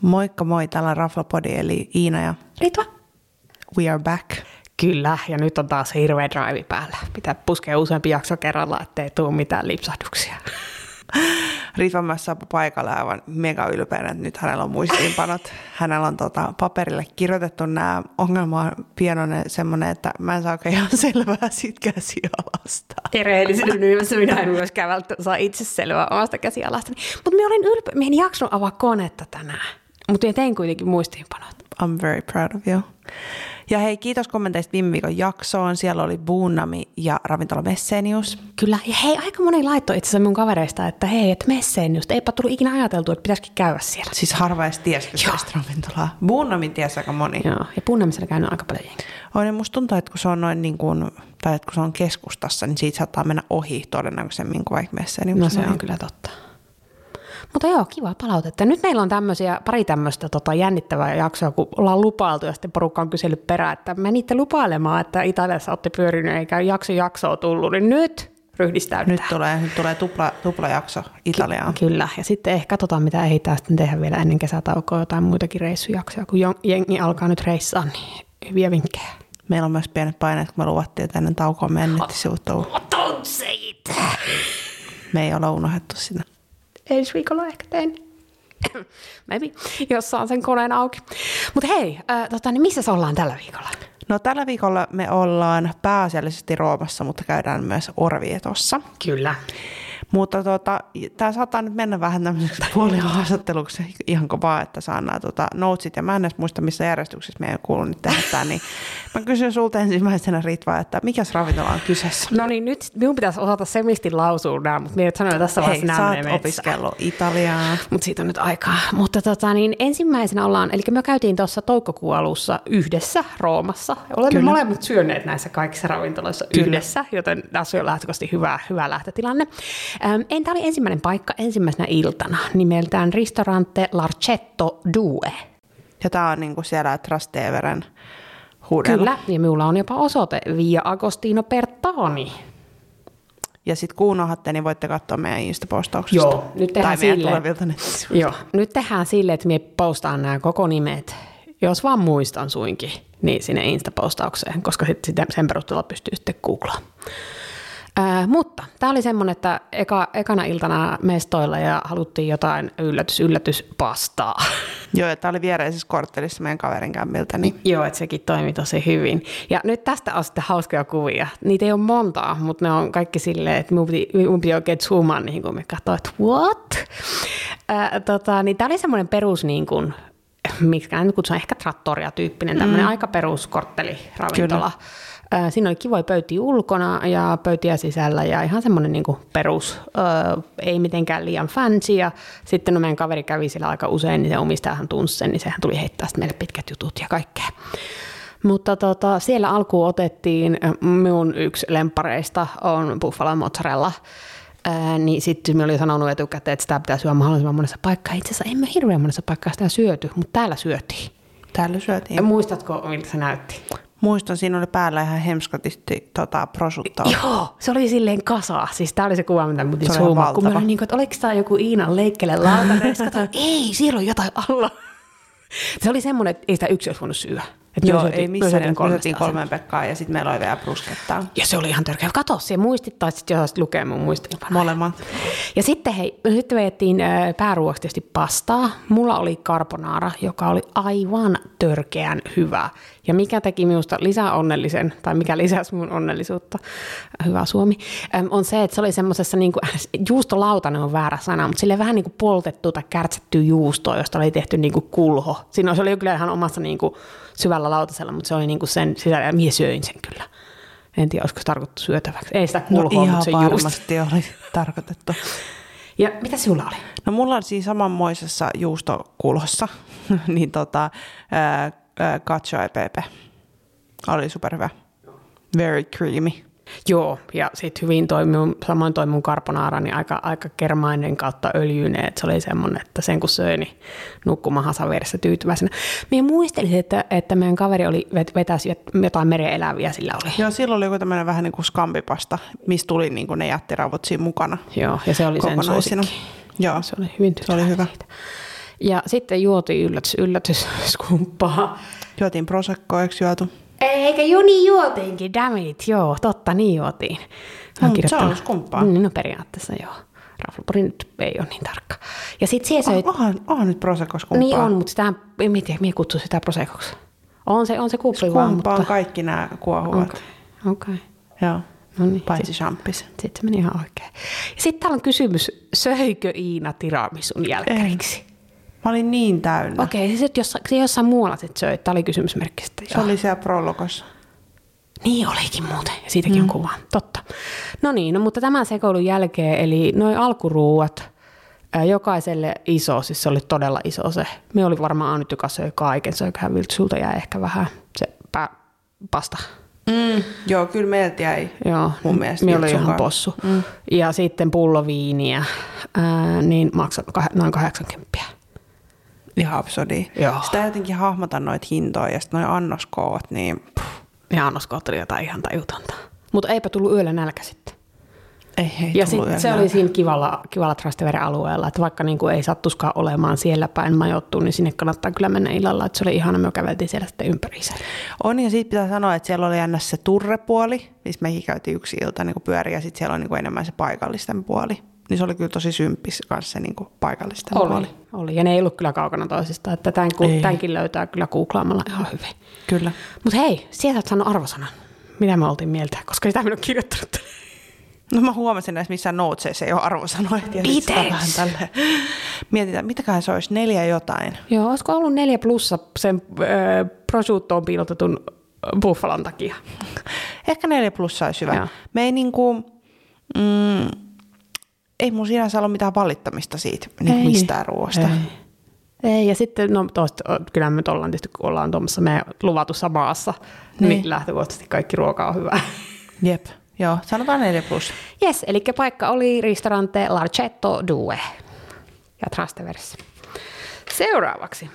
Moikka moi, täällä on Raflapodi eli Iina ja Ritva. we are back. Kyllä, ja nyt on taas hirveä drive päällä. Pitää puskea useampi jakso kerralla, ettei tule mitään lipsahduksia. Ritva myös saapui paikalle aivan mega ylpeänä, että nyt hänellä on muistiinpanot. Hänellä on tota, paperille kirjoitettu nämä ongelma on pienoinen semmoinen, että mä en saa oikein ihan selvää siitä käsialasta. Rehellisyyden nimessä minä en myöskään välttämättä saa itseselvää omasta käsialastani. Mutta minä olin ylpeä, minä en jaksanut avaa konetta tänään. Mutta minä tein kuitenkin muistiinpanot. I'm very proud of you. Ja hei, kiitos kommenteista viime viikon jaksoon. Siellä oli Buunami ja ravintola Messenius. Kyllä, ja hei, aika moni laittoi itse asiassa mun kavereista, että hei, että messeen just, eipä tullut ikinä ajateltu, että pitäisikin käydä siellä. Siis harva edes tiesi Joo. tästä ravintolaa. Buunami tiesi aika moni. Joo, ja punnamisella käynyt aika paljon jengiä. On, ja niin, musta tuntuu, että kun se on noin niin kuin, tai että kun se on keskustassa, niin siitä saattaa mennä ohi todennäköisemmin kuin vaikka Niin Messenius. No se on kyllä totta. Mutta joo, kiva palautetta. Nyt meillä on tämmöisiä, pari tämmöistä tota, jännittävää jaksoa, kun ollaan lupailtu ja sitten porukka on kysellyt perään, että menitte lupailemaan, että Italiassa olette pyörinyt eikä jakso jaksoa tullut, niin nyt ryhdistäydytään. Nyt tulee, nyt tulee tupla, tuplajakso Italiaan. Kyllä, ja sitten ehkä katsotaan, mitä ehditään sitten tehdä vielä ennen kesätaukoa jotain muitakin reissujaksoja, kun jon- jengi alkaa nyt reissaa, niin hyviä vinkkejä. Meillä on myös pienet paineet, kun me luvattiin, että ennen taukoa me sivuttuu. Otan siitä! Me ei olla unohdettu sitä. ensi viikolla ehkä teen. Maybe, jos saan sen koneen auki. Mutta hei, äh, tota, niin missä ollaan tällä viikolla? No tällä viikolla me ollaan pääasiallisesti Roomassa, mutta käydään myös Orvietossa. Kyllä. Mutta tota, tämä saattaa nyt mennä vähän tämmöiseksi puolihaastatteluksi, ihan kuin vaan, että saa nämä tota, notesit. Ja mä en edes muista, missä järjestyksessä meidän kuuluu nyt tehdä tämä, niin mä kysyn sulta ensimmäisenä Ritva, että mikäs ravintola on kyseessä? No niin, nyt minun pitäisi osata semisti lausua nämä, mutta minä nyt sanoin tässä Hei, vaiheessa sä nämä oot opiskellut Italiaa. Mutta siitä on nyt aikaa. Mutta tota, niin ensimmäisenä ollaan, eli me käytiin tuossa toukokuun alussa yhdessä Roomassa. Olemme Kyllä. Kyllä. molemmat syöneet näissä kaikissa ravintoloissa Kyllä. Kyllä. yhdessä, joten tässä on lähtökohtaisesti hyvä, hyvä lähtötilanne. Ähm, en, tämä oli ensimmäinen paikka ensimmäisenä iltana, nimeltään Ristorante Larchetto Due. Ja tämä on niinku siellä Trasteveren huudella. Kyllä, ja minulla on jopa osoite Via Agostino Pertani. Ja sitten kun unohdatte, niin voitte katsoa meidän Insta-postauksesta. Joo, nyt tehdään tai meidän silleen. tulevilta nettisivuilta. Joo, nyt tehdään sille, että minä postaan nämä koko nimet, jos vaan muistan suinkin, niin sinne Insta-postaukseen, koska sit sitä sen perusteella pystyy sitten googlaamaan. Ää, mutta tämä oli semmoinen, että eka, ekana iltana mestoilla ja haluttiin jotain yllätys, yllätys pastaa. Joo, ja tämä oli viereisessä korttelissa meidän kaverin kämmiltä, niin Joo, että sekin toimi tosi hyvin. Ja nyt tästä on sitten hauskoja kuvia. Niitä ei ole montaa, mutta ne on kaikki silleen, että mun piti, mun piti oikein zoomaan niihin, kun me katsoin, että what? Äh, tota, niin tämä oli semmoinen perus, niin kuin, miksi nyt kutsun, ehkä trattoria tyyppinen, tämmöinen mm. aika perus kortteliravintola. Äh, Siinä oli kivoja pöytiä ulkona ja pöytiä sisällä ja ihan semmoinen niin perus, ö, ei mitenkään liian fancy. Ja sitten no meidän kaveri kävi siellä aika usein, niin se omistajahan tunsi sen, niin sehän tuli heittää sitten meille pitkät jutut ja kaikkea. Mutta tota, siellä alkuun otettiin, ö, minun yksi lempareista on buffalo mozzarella. Ää, niin sitten me oli sanonut etukäteen, että sitä pitää syödä mahdollisimman monessa paikkaa. Itse asiassa emme hirveän monessa paikkaa sitä syöty, mutta täällä syötiin. täällä syötiin. Muistatko, miltä se näytti? Muistan, siinä oli päällä ihan hemskotisti tota, prosuttoa. Joo, se oli silleen kasa. Siis tää oli se kuva, mitä Se mutin oli zoomaa. Kun mä valtava. olin niin kuin, että oliko tää joku Iinan leikkele lautanen? Ja sitten katsoin, ei, siellä on jotain alla. se oli semmoinen, että ei sitä yksi olisi voinut syödä. Et me Joo, syötiin- ei me missään. syötiin Me kolmesta syötiin asiaa. kolmeen pekkaa ja sitten meillä oli vielä bruschettaa. Ja se oli ihan törkeä. Kato, se muistit, tai sitten jos lukee mun muistinpanoja. Molemmat. Ja sitten hei, no sitten vedettiin ö, pääruoaksi tietysti pastaa. Mulla oli carbonara, joka oli aivan törkeän hyvä. Ja mikä teki minusta lisää onnellisen, tai mikä lisäsi mun onnellisuutta, hyvä Suomi, äm, on se, että se oli semmoisessa, niin kuin, juustolautanen on väärä sana, mutta sille vähän niin kuin poltettu tai kärtsätty juustoa, josta oli tehty niin kuin kulho. Siinä se oli kyllä ihan omassa niin kuin, syvällä lautasella, mutta se oli niin kuin sen sisällä, ja minä söin sen kyllä. En tiedä, olisiko se tarkoitettu syötäväksi. Ei sitä No kulhoa, ihan mutta se juusto. varmasti oli tarkoitettu. Ja mitä sinulla oli? No mulla on siinä samanmoisessa juustokulossa, niin tota, ää, ää, cacio e pepe. Oli superhyvä. Very creamy. Joo, ja sitten hyvin toimii, samoin toi mun carbonara, niin aika, aika kermainen kautta öljyinen, että se oli semmoinen, että sen kun söi, niin nukkumaan hasaveressä tyytyväisenä. Minä muistelin, että, että meidän kaveri oli vet- vetäisi jotain mereeläviä sillä oli. Joo, silloin oli joku tämmöinen vähän niin kuin skambipasta, mistä tuli niin kuin ne jättiravut siinä mukana. Joo, ja se oli sen kokonaisina. suosikki. Joo, Se oli hyvin Se oli tyytyväinen hyvä. Siitä. Ja sitten juotiin yllätys, yllätys, skumppaa. Juotiin prosakkoa, eikö juotu? Eikä juni juotiinkin, dammit, joo, totta, niin juotiin. Mä oon Mm, se on kirjoittanut- skumppaa. Mm, no periaatteessa joo. Raflapori nyt ei ole niin tarkka. Ja sit siellä söi... Ah, onhan, onhan nyt prosakko skumpaa. niin on, mutta sitä, en mä tiedä, mie kutsun sitä prosekoksi. On se, on se kupli vaan, Kumpaan mutta... mutta... kaikki nämä kuohuvat. Okei, okay. Joo. no niin. Paitsi champis. Sitten meni ihan oikein. Ja sitten täällä on kysymys, söikö Iina tiramisun jälkäriksi? Mä olin niin täynnä. Okay. Okei, siis että jossain, se jossain muualla sit söit. Tämä oli kysymysmerkki sitten. Se oli siellä prologossa. Niin olikin muuten, ja siitäkin mm. on kuva. Totta. No niin, no, mutta tämän sekoilun jälkeen, eli noin alkuruuat, ää, jokaiselle iso, siis se oli todella iso se. Me oli varmaan ainut, joka söi kaiken, söiköhän viltsulta ja ehkä vähän se pä, pasta. Mm. Joo, kyllä meiltä jäi. Joo, niin Mun mielestä me oli Viltsun ihan kanssa. possu. Mm. Ja sitten pullo viiniä, ää, niin maksoi kah- noin 80. Ihan absurdi. Joo. Sitä jotenkin hahmotan noita hintoja ja sitten noi annoskoot, niin puh, Ja annoskoot oli jotain ihan tajutonta. Mutta eipä tullut yöllä nälkä sitten. ei hei Ja tullut sit se enää. oli siinä kivalla, kivalla Trasteveren alueella, että vaikka niin kuin ei sattuskaan olemaan siellä päin majoittua, niin sinne kannattaa kyllä mennä illalla. Että se oli ihana, me käveltiin siellä sitten ympäriinsä. On ja siitä pitää sanoa, että siellä oli aina se turrepuoli, missä mekin käytiin yksi ilta niin pyöriä ja sitten siellä on niin enemmän se paikallisten puoli. Niin se oli kyllä tosi symppis kanssa se niin paikallisten puoli. Oli. Ja ne ei ollut kyllä kaukana toisistaan, että tämän, ku- Ei. tämänkin löytää kyllä googlaamalla ihan hyvin. Kyllä. Mutta hei, sieltä olet saanut arvosanan. Mitä me oltiin mieltä, koska sitä minä olen kirjoittanut. tänne. No mä huomasin näissä missään noutseissa ei ole arvosanoja. Ja sit sitä Miten? vähän tälle. Mietitään, mitäköhän se olisi, neljä jotain. Joo, olisiko ollut neljä plussa sen öö, prosciuttoon piilotetun ö, buffalon takia? Ehkä neljä plussaa olisi hyvä. Joo. Joo. Me ei niinku, mm, ei mun sinänsä ole mitään valittamista siitä, niin Ei. mistään ruoasta. Ei. Ei, ja sitten, no tosta, kyllä me nyt ollaan tietysti, kun ollaan tuommoisessa meidän luvatussa maassa, niin, niin Niin. lähtökohtaisesti kaikki ruoka on hyvää. Jep, joo, sanotaan neljä plus. Jes, eli paikka oli Ristorante Larchetto Due ja Trasteverissa. Seuraavaksi.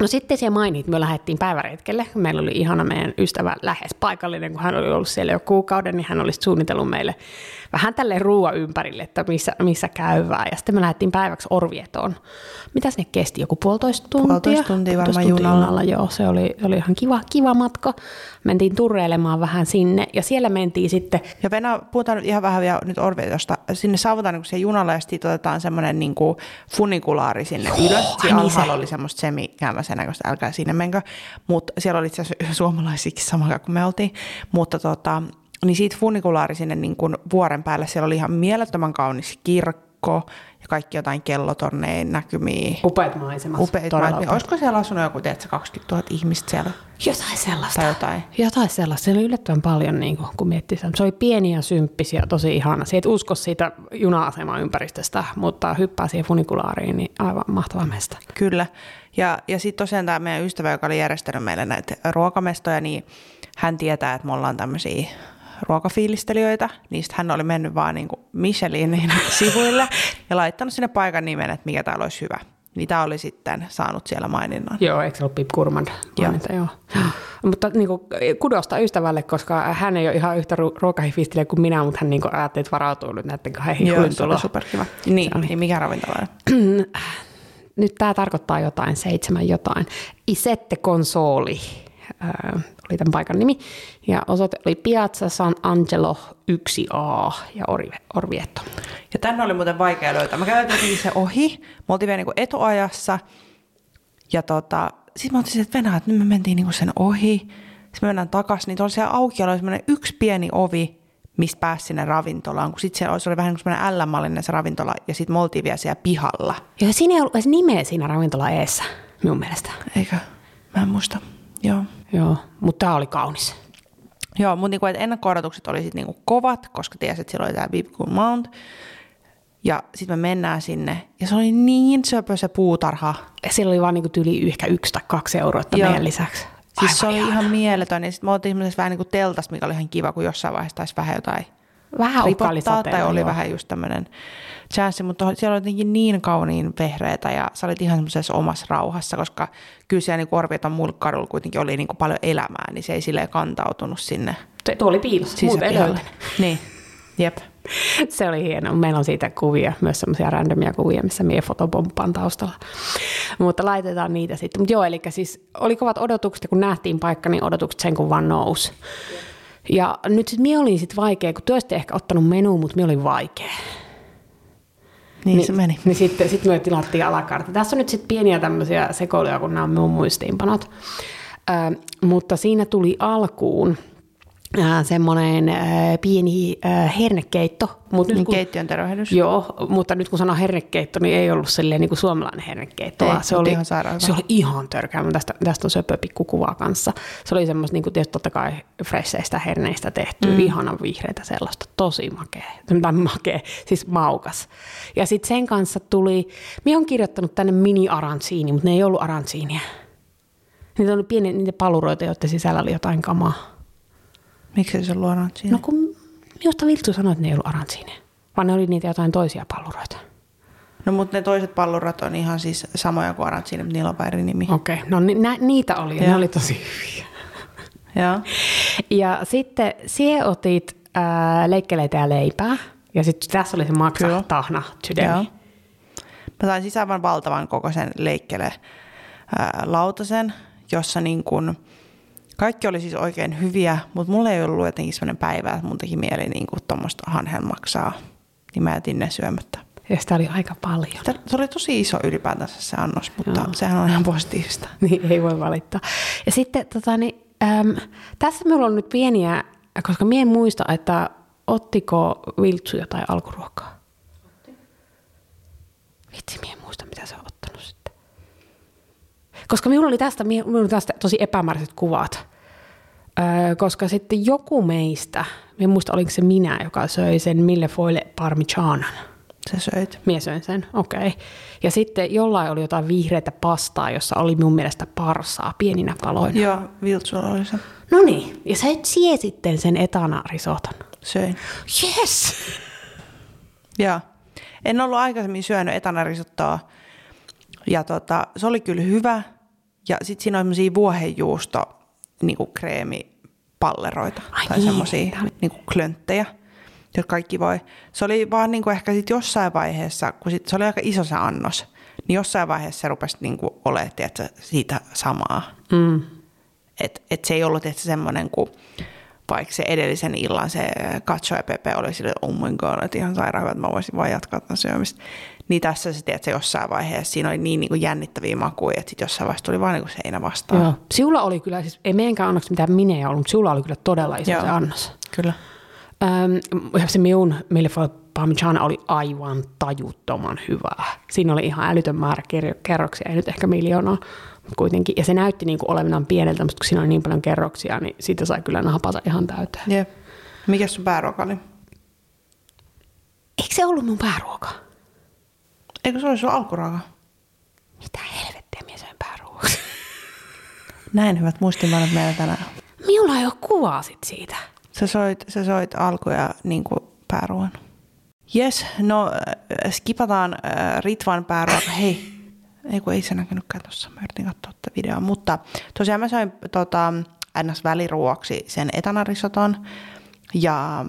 No sitten siellä mainit, me lähdettiin päiväretkelle. Meillä oli ihana meidän ystävä lähes paikallinen, kun hän oli ollut siellä jo kuukauden, niin hän olisi suunnitellut meille vähän tälle ruoan ympärille, että missä, missä käyvää. Ja sitten me lähdettiin päiväksi Orvietoon. Mitä sinne kesti? Joku puolitoista tuntia? Puolitoista tuntia varmaan junalla. junalla. Joo, se oli, oli ihan kiva, kiva matka. Mentiin turreilemaan vähän sinne ja siellä mentiin sitten Ja Venä, puhutaan nyt ihan vähän vielä nyt Orvetosta. Sinne saavutaan niin siellä junalla ja sitten otetaan semmoinen niin kuin funikulaari sinne Joo, ylös. niin Siinä alhaalla se. oli semmoista semikämmäisen näköistä, älkää sinne menkö. Mutta siellä oli itse asiassa suomalaisikin sama kuin me oltiin. Mutta tota, niin siitä funikulaari sinne niin kuin vuoren päälle, siellä oli ihan mielettömän kaunis kirkko ja kaikki jotain kellotorneja näkymiä. Upeat maisemat. Upeita todella maisemia. Olisiko siellä asunut joku, tiedätkö, 20 000 ihmistä siellä? Jotain sellaista. Tai jotain. Jotain sellaista. Siellä oli yllättävän paljon, niin kuin, kun miettii sitä. Se oli pieni ja symppis ja tosi ihana. Se et usko siitä juna-aseman ympäristöstä, mutta hyppää siihen funikulaariin, niin aivan mahtava mesta. Kyllä. Ja, ja sitten tosiaan tämä meidän ystävä, joka oli järjestänyt meille näitä ruokamestoja, niin hän tietää, että me ollaan tämmöisiä ruokafiilistelijöitä. Niistä hän oli mennyt vaan niin Michelinin sivuille ja laittanut sinne paikan nimen, että mikä täällä olisi hyvä. Niin tämä oli sitten saanut siellä maininnan. Joo, eikö se ollut Pip Kurman? Mainita, joo. mutta niin kuin, kudosta ystävälle, koska hän ei ole ihan yhtä ru- ruokahifistelijä kuin minä, mutta hän niin kuin, ajatteli, että varautuu nyt näiden kahden Joo, hiulin se oli tuloon. superkiva. Niin, niin mikä ravintola nyt tämä tarkoittaa jotain, seitsemän jotain. Isette Consoli öö, oli tämän paikan nimi. Ja osoite oli Piazza San Angelo 1A ja Orve, Orvietto. Ja tänne oli muuten vaikea löytää. Mä kävin jotenkin se ohi. Me oltiin vielä niinku etuajassa. Ja tota, sit mä otin sen, että Venäjä, että nyt me mentiin niinku sen ohi. Sitten me mennään takaisin, niin tuolla siellä aukiolla oli semmoinen yksi pieni ovi, mistä pääsi sinne ravintolaan. Kun sit siellä oli, se oli vähän niin kuin semmoinen L-mallinen se ravintola, ja sit me oltiin vielä siellä pihalla. Ja siinä ei ollut edes nimeä siinä ravintola eessä, minun mielestä. Eikö? Mä en muista. Joo. Joo, mutta tämä oli kaunis. Joo, mutta niinku, et ennakko-odotukset oli sit niinku kovat, koska tiesit, että siellä oli tämä Bibcool Mount. Ja sitten me mennään sinne, ja se oli niin söpö se puutarha. Ja Siellä oli vaan niinku tyyli ehkä yksi tai kaksi euroa Joo. meidän lisäksi. Siis se oli ihana. ihan mieletön. Ja sitten me oltiin semmoisessa vähän niin kuin teltassa, mikä oli ihan kiva, kun jossain vaiheessa taisi vähän jotain vähän ripottaa. Tai ukkaalisateella, oli joo. vähän just tämmöinen chanssi. Mutta toh- siellä oli jotenkin niin kauniin vehreitä ja sä olit ihan semmoisessa omassa rauhassa, koska kyllä siellä niin Orvieton muilla kadulla kuitenkin oli niin kuin paljon elämää, niin se ei silleen kantautunut sinne Se, tuo oli piilossa, muuten ei sisäpihalle. löytänyt. Niin, Jep. Se oli hieno. Meillä on siitä kuvia, myös semmoisia randomia kuvia, missä mie fotopomppaan taustalla. Mutta laitetaan niitä sitten. Mutta joo, eli siis oli kovat odotukset, ja kun nähtiin paikka, niin odotukset sen kun vaan nousi. Ja nyt sitten mie olin sitten vaikea, kun työstä ehkä ottanut menuun, mutta mie olin vaikea. Niin, niin se meni. Niin sitten sit me tilattiin alakartta. Tässä on nyt sitten pieniä tämmöisiä sekoiluja, kun nämä on mun muistiinpanot. Ö, mutta siinä tuli alkuun äh, semmoinen äh, pieni äh, hernekeitto. Mut nyt Niin kun, keittiön tervehdys. niinku- joo, mutta nyt kun sanon hernekeitto, niin ei ollut silleen niin kuin suomalainen hernekeitto, Ei, vaan se mut oli, ihan sairaan se hyvä. oli ihan törkeä. Mun Tästä, tästä on söpö pikkukuvaa kanssa. Se oli semmoista, niin kuin tietysti totta kai fresheistä herneistä tehty, mm. ihanan vihreitä sellaista, tosi makea, tai makea, siis maukas. Ja sitten sen kanssa tuli, minä olen kirjoittanut tänne mini-arantsiini, mutta ne ei ollut arantsiinia. Niitä oli pieniä niitä paluroita, joiden sisällä oli jotain kamaa. Miksi se on luonut siinä? No kun minusta Vilttu sanoi, että ne ei ollut arantsiineja, vaan ne oli niitä jotain toisia palluroita. No, mutta ne toiset pallurat on ihan siis samoja kuin arat siinä, mutta niillä on vaan eri nimi. Okei, okay. no ni, nä, niitä oli ja ne Joo. oli tosi hyviä. Joo. Ja sitten sie otit ää, leikkeleitä ja leipää. Ja sitten tässä oli se Joo. maksatahna Joo. sydämi. Mä sain sisään vaan valtavan kokoisen leikkele ää, lautasen, jossa niin kun, kaikki oli siis oikein hyviä, mutta mulla ei ollut jotenkin sellainen päivä, että mun teki mieli niin tuommoista hanhelmaksaa. Niin mä jätin ne syömättä. Ja sitä oli aika paljon. Sitä- Se oli tosi iso ylipäätänsä se annos, mutta Joo. Joo. sehän on ihan positiivista. Niin ei voi valittaa. Ja sitten tota, niin, äm, tässä minulla on nyt pieniä, koska minä en muista, että ottiko Viltsu jotain alkuruokaa. Vitsi, minä en muista, mitä se on ottanut sitten. Koska minulla oli tästä, mie- minulla oli tästä tosi epämääräiset kuvat. Öö, koska sitten joku meistä, minä en muista oliko se minä, joka söi sen mille foille parmigianan. Se söit. Mie söin sen, okei. Okay. Ja sitten jollain oli jotain vihreitä pastaa, jossa oli mun mielestä parsaa pieninä paloina. Joo, Viltsulla oli se. No niin, ja sä et sie sitten sen etana risoton. Söin. Yes! Joo. En ollut aikaisemmin syönyt etanarisottoa. Ja tota, se oli kyllä hyvä. Ja sitten siinä on semmoisia vuohenjuusto niinku kreemipalleroita. Ai tai niin. semmoisia niinku klönttejä, jotka kaikki voi. Se oli vaan niinku ehkä sit jossain vaiheessa, kun sit, se oli aika iso se annos, niin jossain vaiheessa se rupesi niinku olemaan tiedätkö, siitä samaa. Mm. Et, et se ei ollut ehkä semmoinen kuin vaikka se edellisen illan se katsoja Pepe oli silleen, oh my god, että ihan sairaan hyvä, että mä voisin vaan jatkaa tämän syömistä. Niin tässä se, tiedät, se jossain vaiheessa, siinä oli niin, niin kuin jännittäviä makuja, että sit jossain vaiheessa tuli vaan niin kuin seinä vastaan. Joo. Siulla oli kyllä, siis ei meidänkään annoksi mitään minejä ollut, mutta siulla oli kyllä todella iso Joo. se annos. Kyllä. Öm, ja se minun Milfoil Parmigiana oli aivan tajuttoman hyvää. Siinä oli ihan älytön määrä ker- kerroksia, ei nyt ehkä miljoonaa, mutta kuitenkin. Ja se näytti niin kuin olevinaan pieneltä, mutta kun siinä oli niin paljon kerroksia, niin siitä sai kyllä napata ihan täyteen. Jep. Mikä sun pääruoka oli? Eikö se ollut mun pääruoka? Eikö se ole sun alkuruoka? Mitä helvettiä minä söin pääruoaksi? Näin hyvät muistimanat meillä tänään. Minulla ei ole kuvaa sit siitä. Sä soit, sä soit alkuja niin kuin pääruoan. Jes, no äh, skipataan äh, Ritvan pääruoka. Hei, ei kun ei se näkynytkään tuossa. Mä yritin katsoa tätä videoa. Mutta tosiaan mä sain tota, ns. väliruoksi sen etanarisoton. Ja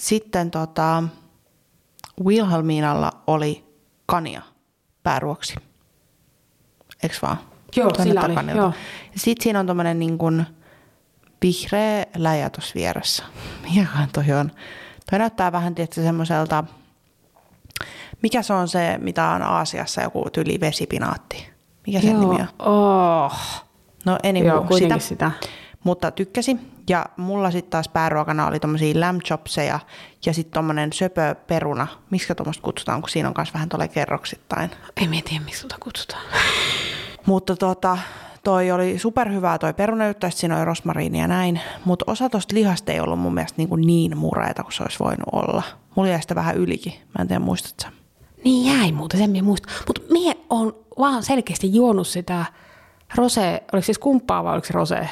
sitten tota, Wilhelminalla oli kania pääruoksi. Eiks vaan? Joo, Tuonne sillä oli, takanilta. joo. Ja sit siinä on tommonen niin kun vihreä läjä tuossa vieressä. Mikähän toi on? Toi näyttää vähän tietysti semmoiselta, mikä se on se, mitä on Aasiassa joku tyli vesipinaatti? Mikä sen nimi on? Oh. No anyway, Joo, kuitenkin sitä sitä. mutta tykkäsi. Ja mulla sitten taas pääruokana oli tommosia lamb chopseja ja sitten tommonen söpö peruna. Miksi tuommoista kutsutaan, kun siinä on myös vähän tuolle kerroksittain. Ei mä tiedä, miksi sulta kutsutaan. Mutta tota, toi oli superhyvää toi peruna, just tästä siinä oli rosmariini ja näin. Mutta osa tuosta lihasta ei ollut mun mielestä niin, kuin niin mureita kuin se olisi voinut olla. Mulla jäi sitä vähän ylikin. Mä en tiedä, muistat sä? Niin jäi muuten, sen minä muistan. Mutta mie on vaan selkeästi juonut sitä rose, oliko siis kumppaa vai oliko se rose?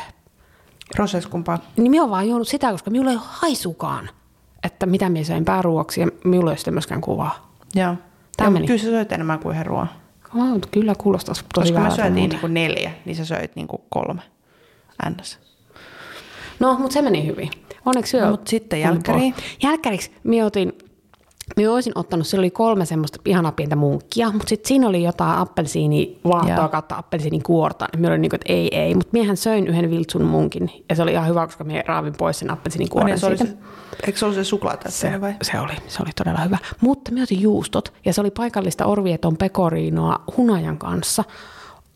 Roses kumpaa. Niin minä oon vaan juonut sitä, koska minulla ei ole haisukaan, että mitä minä söin pääruoksi ja minulla ei ole sitten myöskään kuvaa. Joo. Tää Ja, meni. Kyllä sä söit enemmän kuin yhden ruoan. Oh, mutta kyllä kuulostaa tosi Koska mä väärältä syötiin muuten. niinku neljä, niin sä söit niinku kolme. NS. No, mutta se meni hyvin. Onneksi No, yö mut sitten kumpoo. jälkkäriin. Jälkkäriksi minä otin Minä olisin ottanut, siellä oli kolme semmoista ihanaa pientä munkkia, mutta sitten siinä oli jotain appelsiini vaahtoa Joo. kautta appelsiinin kuorta. Niin minä olin niin kuin, että ei, ei. Mutta miehän söin yhden viltsun munkin ja se oli ihan hyvä, koska minä raavin pois sen appelsiinin Ai kuoren niin, se oli siitä. se, eikö se ollut se suklaatäytteinen vai? Se oli, se oli todella hyvä. Mutta mä otin juustot ja se oli paikallista orvieton pekoriinoa hunajan kanssa.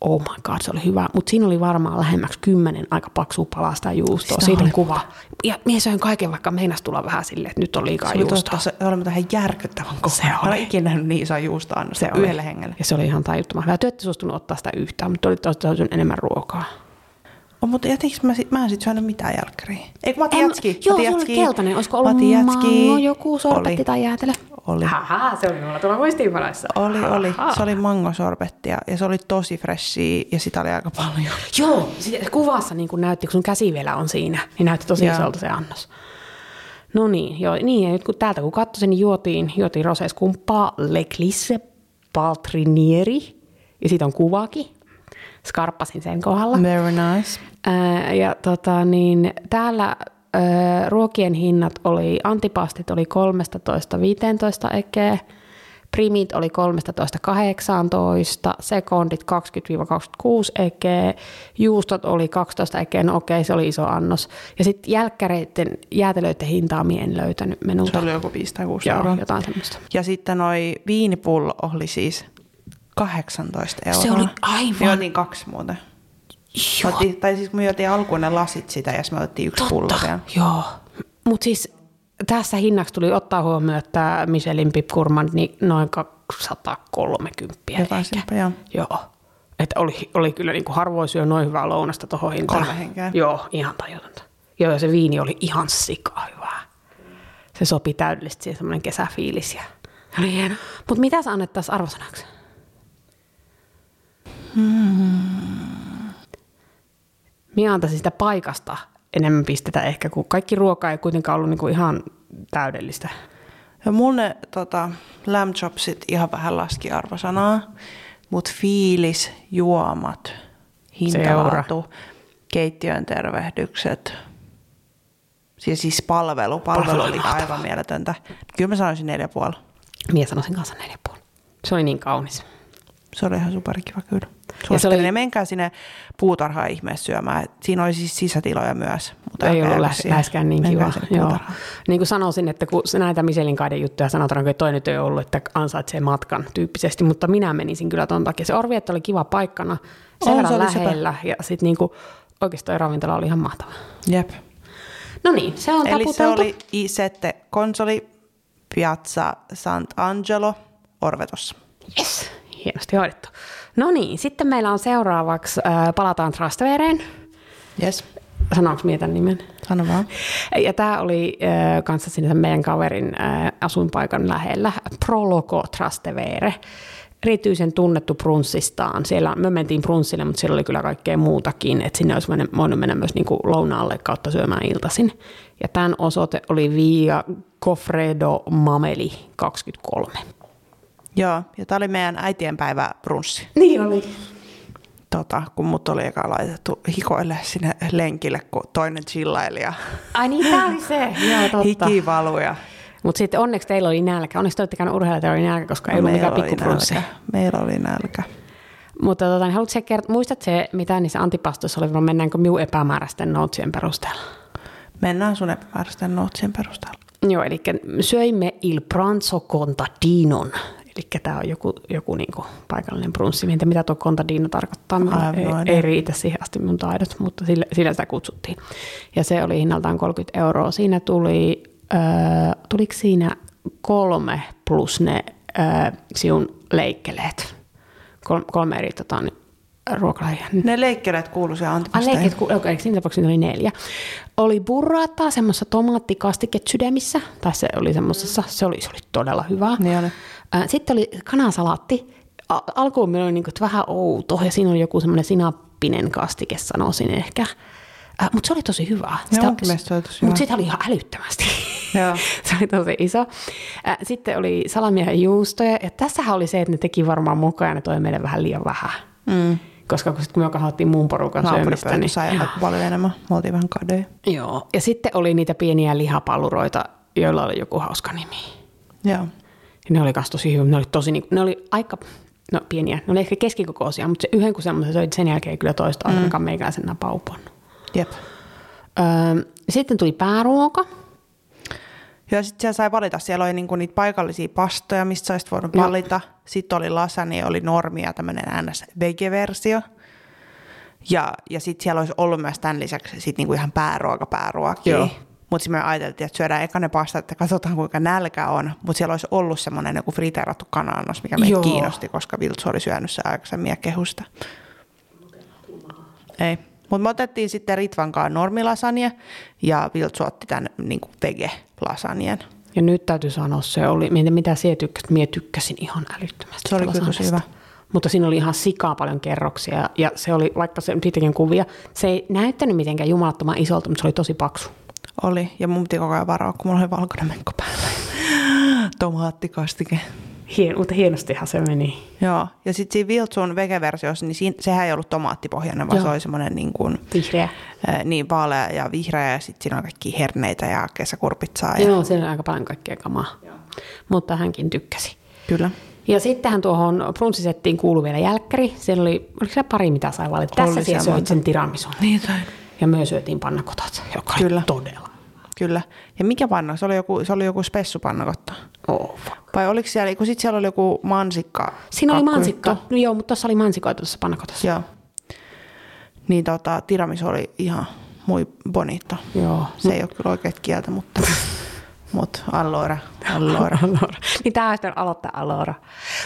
Oh my god, se oli hyvä. Mutta siinä oli varmaan lähemmäksi kymmenen aika paksua palasta juustoa. Sitä Siitä on oli kuva. Ja mie söin kaiken, vaikka meinas tulla vähän silleen, että nyt on liikaa Se oli, totta, juustoa. se se oli mutta ihan järkyttävän koko. Se Mä en ole oli. ikinä nähnyt niin isoa juusta annosta Se oli. yhdellä hengellä. Ja se oli ihan tajuttoman hyvä. Työ ette suostunut ottaa sitä yhtään, mutta oli tosiaan enemmän ruokaa. Oh, mutta jätinkö mä, sit, mä en sit syönyt mitään jälkkäriä. Eikö mä otin En- jätski? Mä Joo, otin se oli jätski. keltainen. Olisiko Mä ollut otin jätski. mango, joku sorbetti Oli. tai jäätelö? Oli. Haha, se oli mulla tuolla muistiinpanoissa. Oli, oli. Haha. Se oli mangosorbetti ja, ja se oli tosi freshia ja sitä oli aika paljon. Joo, si- kuvassa niin kun näytti, kun sun käsi vielä on siinä, niin näytti tosi Joo. isolta se annos. No niin, joo, niin ja nyt kun täältä kun katsoi, niin juotiin, juotiin roseskumppaa Le Clisse Paltrinieri, ja siitä on kuvakin. Skarppasin sen kohdalla. Very nice. Ää, ja tota, niin, täällä ää, ruokien hinnat oli, antipastit oli 13-15 ekeä, primit oli 13-18, sekondit 20-26 ekeä, juustot oli 12 ekeä, no okei, se oli iso annos. Ja sitten jälkkäreiden jäätelöiden hintaa mie en löytänyt Se menulta. oli joku 5 tai 6 Joo, euroa. jotain semmoista. Ja sitten noi viinipullo oli siis 18 euroa. Se oli aivan- Me otin kaksi muuten. Me Otin, tai siis kun me otin alkuun ne lasit sitä ja sitten me otettiin yksi pullo vielä. Joo. Mutta siis tässä hinnaksi tuli ottaa huomioon, että Michelin Pip Gourmand niin noin 230. Jotain ehkä. simpä, joo. Joo. Että oli, oli kyllä niin kuin harvoin syö noin hyvää lounasta tuohon hintaan. Kolme henkeä. Joo, ihan tajutonta. Joo, ja se viini oli ihan sika hyvää. Se sopi täydellisesti siihen semmoinen kesäfiilis. Ja... Oli hieno. Mutta mitä sä annettaisiin arvosanaksi? Hmm. Minä antaisin sitä paikasta enemmän pistetä ehkä, kun kaikki ruoka ei kuitenkaan ollut niinku ihan täydellistä. Ja mun ne tota, lamb chopsit ihan vähän laski arvosanaa, mutta fiilis, juomat, hintalaatu, keittiön tervehdykset, siis, siis palvelu, palvelu Palvelu oli oli aivan mieletöntä. Kyllä mä sanoisin neljä ja puoli. Minä sanoisin kanssa neljä ja puoli. Se oli niin kaunis. Se oli ihan superkiva kyllä. Ja se Suosittelen, oli- oli... menkää sinne puutarhaan ihmeessä syömään. Et Siinä oli siis sisätiloja myös. Mutta ei älkää ollut jääkö lähes, siihen. läheskään niin Menkää kiva. sinne Joo. puutarhaan. Niin kuin sanoisin, että kun se näitä Michelin kaiden juttuja sanotaan, että toi nyt ei ollut, että ansaitsee matkan tyyppisesti, mutta minä menisin kyllä ton takia. Se Orviet oli kiva paikkana, sen On, verran se oli sepä. lähellä ja sitten niinku, oikeasti toi ravintola oli ihan mahtava. Jep. No niin, se on Eli se taputeltu. oli Isette konsoli Piazza Sant'Angelo Orvetossa. Yes, hienosti hoidettu. No niin, sitten meillä on seuraavaksi, äh, palataan Trastevereen. Yes. Sanoinko mietän nimen? Sano vaan. Ja tämä oli äh, kanssa sinne meidän kaverin äh, asuinpaikan lähellä, Proloco Trastevere. Erityisen tunnettu prunssistaan. Siellä, me mentiin prunssille, mutta siellä oli kyllä kaikkea muutakin. Et sinne olisi mennä- voinut mennä myös niinku lounaalle kautta syömään iltasin. Ja tämän osoite oli Via Cofredo Mameli 23. Joo, ja tämä oli meidän äitienpäivä brunssi. Niin oli. Tota, kun mut oli eka laitettu hikoille sinne lenkille, kun toinen chillaili ja Ai niin, tämä oli se. Joo, totta. hiki valui ja Mutta sitten onneksi teillä oli nälkä. Onneksi te olette käynyt urheilla, teillä oli nälkä, koska ei ollut meillä mikään oli pikkuprunssi. nälkä. Meillä oli nälkä. Mutta tota, niin haluatko sä kert- muistat se, mitä niissä antipastoissa oli, vai mennäänkö minun epämääräisten noutsien perusteella? Mennään sun epämääräisten nootsien perusteella. Joo, eli söimme il pranzo contadinon. Eli tämä on joku, joku niinku paikallinen brunssi. Mä en tiedä, mitä tuo contadino tarkoittaa. Mä Aivan ei, idea. ei, riitä siihen asti mun taidot, mutta sillä, sillä sitä kutsuttiin. Ja se oli hinnaltaan 30 euroa. Siinä tuli, äh, tuliko siinä kolme plus ne äh, siun leikkeleet? Kol, kolme eri tota, niin, ruokalajia. Ne leikkeleet kuuluu siellä Ai antipasteihin. leikit, okei, okay, siinä tapauksessa niitä oli neljä. Oli burrata semmoisessa tomaattikastike sydämissä, tai se oli semmoisessa, se oli, se oli todella hyvää. Niin oli. Ä, Sitten oli kanasalaatti. A- Alkuun meillä oli niin kuin, vähän outo, ja siinä oli joku semmoinen sinappinen kastike, sanoisin ehkä. Mutta se oli tosi hyvää. munkin mielestä se oli tosi hyvä. Mutta sitä oli ihan älyttömästi. Joo. se oli tosi iso. Ä, Sitten oli salamia ja juustoja. Ja tässähän oli se, että ne teki varmaan mukaan ja ne toi meille vähän liian vähän. Mm. koska kun, sit, kun me kahottiin muun porukan syömistä, Naapuripöytä niin... sai aika paljon enemmän. Me oltiin vähän kadoja. Joo. Ja sitten oli niitä pieniä lihapaluroita, joilla oli joku hauska nimi. Joo. Ja ne oli kans tosi hyvä. Ne oli, tosi, niinku- ne oli aika no, pieniä. Ne oli ehkä keskikokoisia, mutta se yhden kun semmoisen söit, sen jälkeen ei kyllä toista mm. ainakaan meikäläisen napaupon. Jep. Öö, sitten tuli pääruoka. Ja sitten siellä sai valita, siellä oli niinku niitä paikallisia pastoja, mistä sä olisit voinut Joo. valita. Sitten oli lasagne, oli normia, tämmöinen ns vegeversio. Ja, ja sitten siellä olisi ollut myös tämän lisäksi sit niinku ihan pääruoka pääruokia. Joo. Mutta sitten me ajateltiin, että syödään eka ne pastat ja katsotaan kuinka nälkä on. Mutta siellä olisi ollut semmoinen joku friteerattu kanaannos, mikä meitä Joo. kiinnosti, koska Viltsu oli syönyt sen aikaisemmin ja kehusta. Ei. Mutta me otettiin sitten Ritvan kanssa normilasanje ja Viltsu otti tämän niin vege-lasanjen. Ja nyt täytyy sanoa, se oli, mitä, mitä sinä tykkäsit, minä tykkäsin ihan älyttömästi. Se oli siitä kyllä tosi lasannesta. hyvä. Mutta siinä oli ihan sikaa paljon kerroksia ja se oli, vaikka se siitäkin on kuvia, se ei näyttänyt mitenkään jumalattoman isolta, mutta se oli tosi paksu. Oli, ja mun piti koko ajan varoa, kun mulla oli valkoinen menkko päällä. Tomaattikastike. Hien, mutta hienostihan se meni. Joo, ja sitten siinä Viltsun vegeversiossa, niin siinä, sehän ei ollut tomaattipohjainen, vaan Joo. Joo. se oli semmoinen niin kuin, Vihreä. äh, niin vaalea ja vihreä, ja sitten siinä on kaikki herneitä ja kesäkurpitsaa. Ja, Joo, siinä oli aika paljon kaikkea kamaa. Mutta hänkin tykkäsi. Kyllä. Ja sittenhän tuohon prunssisettiin kuului vielä jälkkäri. Siellä oli, oliko se pari mitä sai valita? Oli Tässä siellä siellä söit sen tiramisun. Niin tai. Ja myös syötiin pannakotat, joka Kyllä. Kyllä. oli todella Kyllä. Ja mikä panna? Se oli joku, se oli joku spessupannakotta. ouva. Vai oliko siellä, kun sitten siellä oli joku mansikka. Siinä oli kakkujuttu. mansikka. No joo, mutta tuossa oli mansikoita tuossa pannakotossa. Joo. Niin tota, tiramisu oli ihan muy bonito. Joo. Se ei ole kyllä oikeat kieltä, mutta mut allora, allora. Alora. Niin tämä olisi pitänyt aloittaa Alora.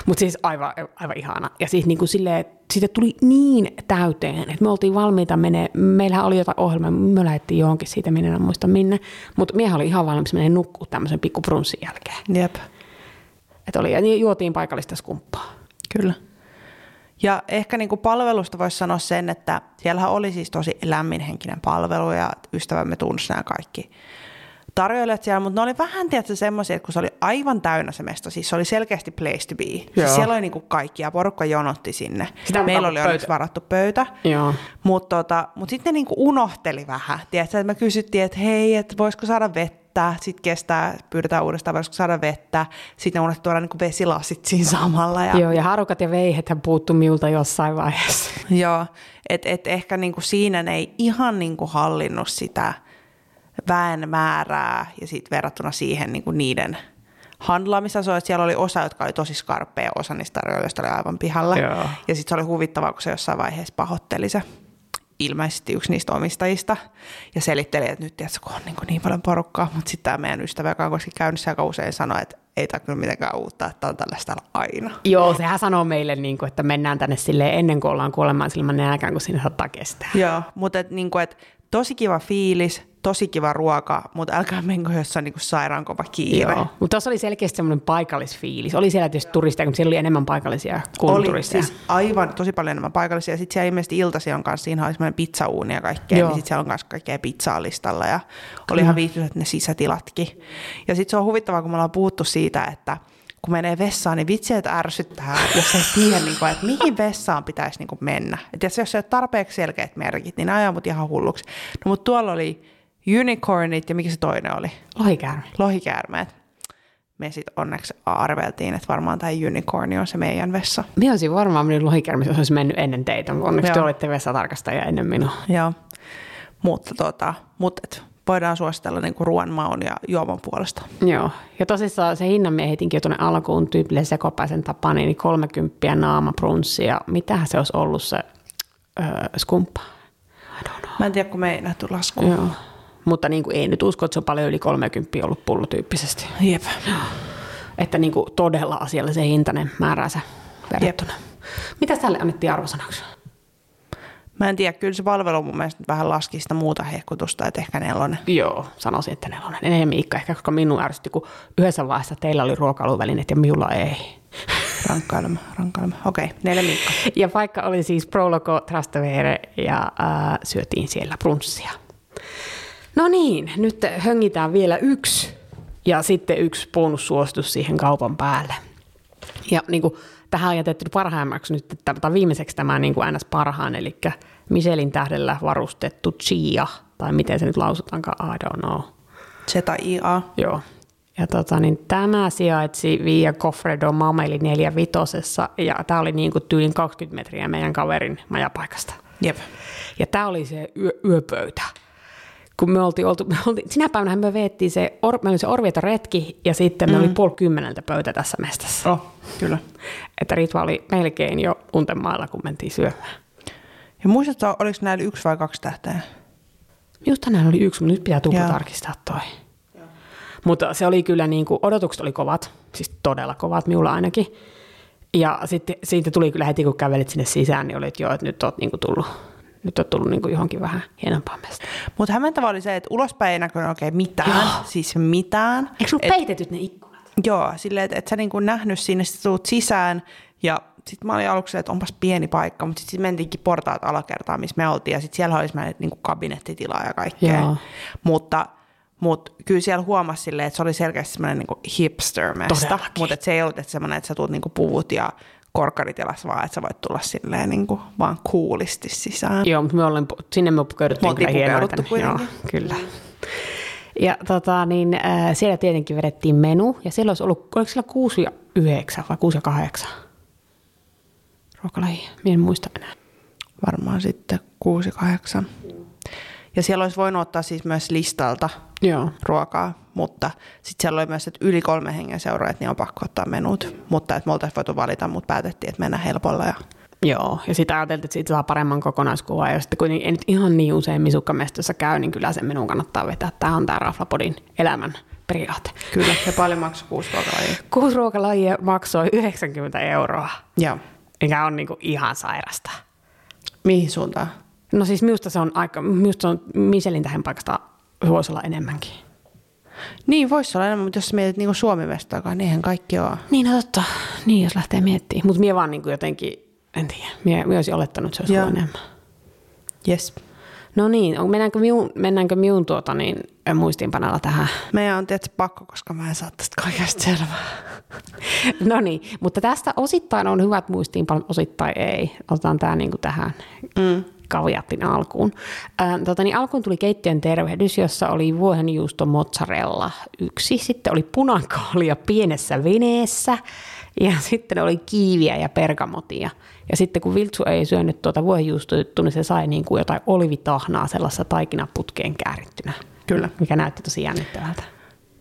Mutta siis aivan, aivan ihana. Ja siis niin kuin silleen, että siitä tuli niin täyteen, että me oltiin valmiita menee. Meillähän oli jotain ohjelmaa, me lähdettiin johonkin siitä, minä en muista minne. Mutta miehän oli ihan valmis menee nukkuu tämmöisen pikku brunssin jälkeen. Jep, Et oli, ja niin juotiin paikallista skumppaa. kyllä. Ja ehkä niin kuin palvelusta voisi sanoa sen, että siellähän oli siis tosi lämminhenkinen palvelu ja ystävämme tunsi nämä kaikki tarjoilijat siellä, mutta ne oli vähän tietysti semmoisia, että kun se oli aivan täynnä se mesta, siis se oli selkeästi place to be. Joo. Siis siellä oli niin kuin kaikkia, porukka jonotti sinne. Sitä Meillä varmaan oli pöytä. onneksi varattu pöytä. Joo. Mutta tota, mut sitten ne niinku unohteli vähän. Tiedätkö, että me kysyttiin, että hei, että voisiko saada vettä, sitten kestää, pyydetään uudestaan, voisiko saada vettä. Sitten ne unohti tuoda niinku vesilasit siinä samalla. Ja, Joo, ja harukat ja veihethän puuttu miulta jossain vaiheessa. Joo, että et ehkä niinku siinä ne ei ihan niinku hallinnut sitä väen määrää ja sitten verrattuna siihen niinku niiden handlaamista se oli, että siellä oli osa, jotka oli tosi skarppeja, osa niistä tarjoilijoista oli aivan pihalla. Joo. Ja sitten se oli huvittavaa, kun se jossain vaiheessa pahoitteli se ilmeisesti yksi niistä omistajista ja selitteli, että nyt tiedätkö, kun on niin, niin paljon porukkaa, mutta sitten tämä meidän ystävä, joka on kuitenkin käynyt siellä aika usein, sanoi, että ei tämä kyllä mitenkään uutta, että tämä on tällaista täällä aina. Joo, sehän sanoo meille, niin kuin, että mennään tänne sille ennen kuin ollaan kuolemaan silmän nälkään, kun siinä saattaa kestää. Joo, mutta et, niinku, et, tosi kiva fiilis, tosi kiva ruoka, mutta älkää menkö, jos on niinku sairaan kova kiire. Joo, mutta tuossa oli selkeästi semmoinen paikallisfiilis. Oli siellä tietysti turisteja, mutta siellä oli enemmän paikallisia kuin Oli turisteja. siis aivan tosi paljon enemmän paikallisia. Sitten siellä ilmeisesti iltasi on kanssa, siinä oli semmoinen pizzauuni ja kaikkea, Joo. niin sitten siellä on myös kaikkea pizzaa listalla ja oli ihan viihtyiset ne sisätilatkin. Ja sitten se on huvittavaa, kun me ollaan puhuttu siitä, että kun menee vessaan, niin vitsi, että ärsyttää, jos ei tiedä, niin kuin, että mihin vessaan pitäisi niin kuin mennä. Et jos se ei ole tarpeeksi selkeät merkit, niin ne ajaa mut ihan hulluksi. No mutta tuolla oli unicornit ja mikä se toinen oli? Lohikäärme. Lohikäärmeet. Me sitten onneksi arveltiin, että varmaan tämä unicorni on se meidän vessa. Minä olisin varmaan mennyt lohikäärme, jos olisi mennyt ennen teitä, mutta onneksi Joo. te olitte vessatarkastaja ennen minua. Joo. Mutta, tota, mutta et voidaan suositella niinku ruoan maun ja juoman puolesta. Joo, ja tosissaan se hinnan mie heitinkin jo tuonne alkuun tyypille sekopäisen tapaan, niin 30 naama brunssi ja mitähän se olisi ollut se öö, skumppa? I don't know. Mä en tiedä, kun me ei nähty laskua. Joo. Mutta niin kuin ei nyt usko, että se on paljon yli 30 ollut pullotyyppisesti. Jep. Että niin kuin todella asiallisen hintainen määräänsä verrattuna. Mitä tälle annettiin arvosanaksi? Mä en tiedä, kyllä se palvelu mun mielestä nyt vähän laski sitä muuta hehkutusta, että ehkä nelonen. Joo, sanoisin, että nelonen. Enemmän Ikka ehkä, koska minun ärsytti, kun yhdessä vaiheessa teillä oli ruokailuvälineet ja minulla ei. Rankkailema, rankkailema. Okei, neljä miikka. Ja paikka oli siis Prologo Trastevere ja äh, syötiin siellä brunssia. No niin, nyt höngitään vielä yksi ja sitten yksi bonussuositus siihen kaupan päälle. Ja niin kuin, tähän on jätetty parhaimmaksi nyt, että- tai viimeiseksi tämä niin kuin ns. parhaan, eli Michelin tähdellä varustettu chia, tai miten se nyt lausutaankaan, I don't know. Z tai IA. Joo. Ja tota, niin tämä sijaitsi Via Goffredo Mameli 45, ja tämä oli niin kuin tyylin 20 metriä meidän kaverin majapaikasta. Jep. Ja tämä oli se yö, yöpöytä. Kun me oltiin oltu, me oltiin, sinä päivänä me veettiin se, or, me oli se retki ja sitten mm. me oli puoli kymmeneltä pöytä tässä mestassa. Oh, kyllä. Että Ritva oli melkein jo untemailla, kun mentiin syömään. Ja muistatko, oliko näillä yksi vai kaksi tähteä? Just tänään oli yksi, mutta nyt pitää tupla Joo. tarkistaa toi. Mutta se oli kyllä, niin kuin, odotukset oli kovat, siis todella kovat minulla ainakin. Ja sitten siitä tuli kyllä heti, kun kävelit sinne sisään, niin olit jo, että nyt olet niin kuin, tullut, nyt olet tullut niin kuin, johonkin vähän hienompaan mestaan. Mutta hämmentävä oli se, että ulospäin ei näkynyt oikein mitään. Joo. Siis mitään. Eikö sinulla Et- peitetyt ne ikkunat? Joo, silleen, että et sä niinku nähnyt sinne, sit sä tuut sisään ja sitten mä olin aluksi silleen, että onpas pieni paikka, mutta sitten mentiinkin portaat alakertaan, missä me oltiin ja sitten siellä olisi meillä niinku kabinettitilaa ja kaikkea. Joo. Mutta mut kyllä siellä huomasi silleen, että se oli selkeästi semmoinen niinku hipster-mesta, Todellakin. mutta et se ei ollut että semmoinen, että sä tuut niinku puvut ja korkkaritilassa, vaan että sä voit tulla silleen niinku vaan kuulisti sisään. Joo, mutta me ollen, sinne me Me pukeuduttiin oltiin kyllä hienoita. pukeuduttu Joo, kuitenkin. kyllä. Ja tota, niin, äh, siellä tietenkin vedettiin menu, ja siellä olisi ollut, oliko siellä 6 ja 9 vai 6 ja 8 ruokalajia? Minä en muista enää. Varmaan sitten kuusi, kahdeksan. Ja siellä olisi voinut ottaa siis myös listalta Joo. ruokaa, mutta sitten siellä oli myös, että yli kolme hengen seuraajat, niin on pakko ottaa menut. Mutta että me oltaisiin voitu valita, mutta päätettiin, että mennään helpolla. Ja... Joo, ja sitä ajateltiin, että siitä saa paremman kokonaiskuvan, ja sitten kuitenkin ei nyt ihan niin usein misukkamestossa käy, niin kyllä se minun kannattaa vetää. Tämä on tämä Raflapodin elämän periaate. Kyllä, ja paljon maksoi kuusi ruokalajia. Kuusi ruokalajia maksoi 90 euroa, Joo. mikä on niinku ihan sairasta. Mihin suuntaan? No siis minusta se on aika, minusta se on Michelin tähän paikasta voisi olla enemmänkin. Niin, voisi olla enemmän, mutta jos sä mietit niin Suomi-mestaakaan, niin eihän kaikki ole. Niin, no totta. Niin, jos lähtee miettimään. Mutta minä vaan niin jotenkin, en tiedä, minä, minä olisin olettanut, että se olisi Joo. ollut enemmän. Yes. No niin, on- mennäänkö minun, mennäänkö minun tuota, niin, ä, muistiinpanoilla tähän? Meidän on tietysti pakko, koska mä en saa tästä kaikesta selvää. no niin, mutta tästä osittain on hyvät muistiinpanot, osittain ei. Otetaan tämä niin tähän mm. kaviattin alkuun. Ä, tota, niin alkuun tuli keittiön tervehdys, jossa oli vuohenjuusto mozzarella yksi, sitten oli punakaalia pienessä veneessä ja sitten oli kiiviä ja pergamotia. Ja sitten kun Viltsu ei syönyt tuota vuohenjuustojuttua, niin se sai niin kuin jotain olivitahnaa sellaisessa taikinaputkeen käärittynä. Kyllä. Mikä näytti tosi jännittävältä.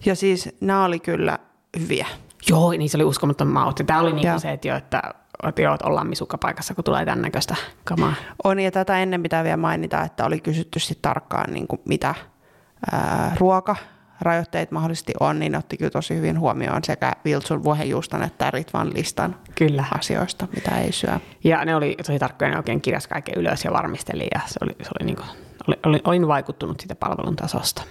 Ja siis nämä oli kyllä hyviä. Joo, niin se oli uskomaton mautti. Tämä oli Joo. niinku se, että, jo, että, että, joo, että ollaan misukkapaikassa, kun tulee tämän näköistä kamaa. On, ja tätä ennen pitää vielä mainita, että oli kysytty sit tarkkaan, niin kuin mitä ää, ruokarajoitteet mahdollisesti on, niin otti kyllä tosi hyvin huomioon sekä Viltsun vuohenjuuston että Ritvan listan Kyllä. asioista, mitä ei syö. Ja ne oli tosi tarkkoja, ne oikein kirjasi kaiken ylös ja varmisteli, ja se oli, se oli niinku, oli, oli, olin vaikuttunut siitä palvelun tasosta.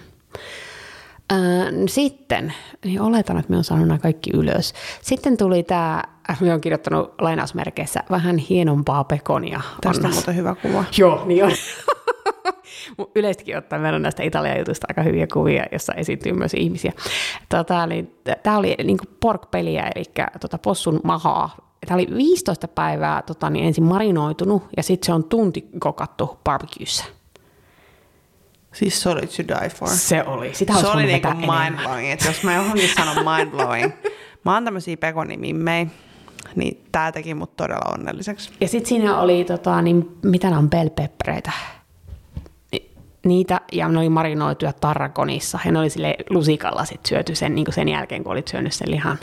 Öö, sitten, niin oletan, että me on saanut nämä kaikki ylös. Sitten tuli tämä, me on kirjoittanut lainausmerkeissä vähän hienompaa pekonia. Tästä on annos. muuten hyvä kuva. Joo, niin on. Mut Yleisestikin ottaen meillä on näistä Italian jutuista aika hyviä kuvia, jossa esiintyy myös ihmisiä. Tota, niin, Tämä oli niin porkpeliä, eli tota, possun mahaa. Tämä oli 15 päivää tota, niin ensin marinoitunut ja sitten se on tunti kokattu barbecuessa. Siis solid to die for. Se oli. Sitä Se olisi oli voinut niinku vetää enemmän. mind blowing, että jos mä johonkin sanon mind blowing. Mä oon tämmöisiä pekonimimmei, niin tää teki mut todella onnelliseksi. Ja sitten siinä oli, tota, niin, mitä nämä on bell peppereitä? Ni- Niitä, ja ne oli marinoituja tarrakonissa. Ja ne oli sille lusikalla sit syöty sen, niin sen jälkeen, kun olit syönyt sen lihan.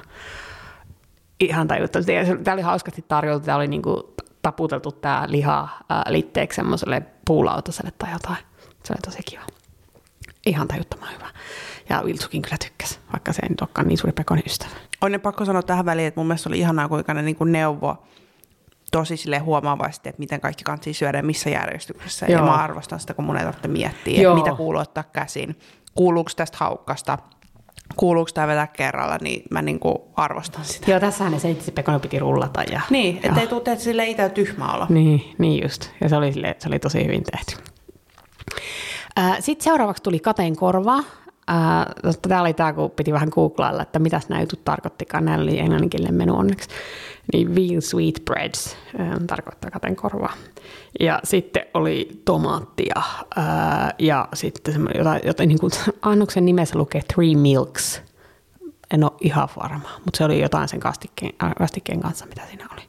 Ihan tajuttomasti. Ja se- Tää oli hauskasti tarjoltu. Tää oli niin kuin, taputeltu tää liha ää, litteeksi semmoiselle puulautaselle tai jotain. Se oli tosi kiva. Ihan tajuttoman hyvä. Ja Viltsukin kyllä tykkäsi, vaikka se ei nyt olekaan niin suuri pekonin ystävä. On ne pakko sanoa tähän väliin, että mun mielestä oli ihanaa, kuinka ne niinku neuvo tosi sille huomaavasti, että miten kaikki kansi syödä ja missä järjestyksessä. Joo. Ja Joo. mä arvostan sitä, kun mun ei tarvitse miettiä, että Joo. mitä kuuluu ottaa käsin. Kuuluuko tästä haukkasta, kuuluuko tämä vetää kerralla, niin mä niinku arvostan sitä. Joo, tässähän ne seitsemän pekonin piti rullata. Ja... Niin, Joo. ettei tule tehdä sille itse tyhmä olla. Niin, niin just. Ja se oli, sille, se oli tosi hyvin tehty. Sitten seuraavaksi tuli Kateen korva, Äh, tämä oli tämä, kun piti vähän googlailla, että mitä nämä jutut tarkoittikaan. Näillä oli englanninkielinen menu onneksi. Niin veal sweetbreads äh, tarkoittaa katen korvaa. Ja sitten oli tomaattia äh, ja sitten semmoinen jotain, jotain niin kuin, annoksen nimessä lukee three milks. En ole ihan varma, mutta se oli jotain sen kastikkeen, äh, kastikkeen kanssa, mitä siinä oli.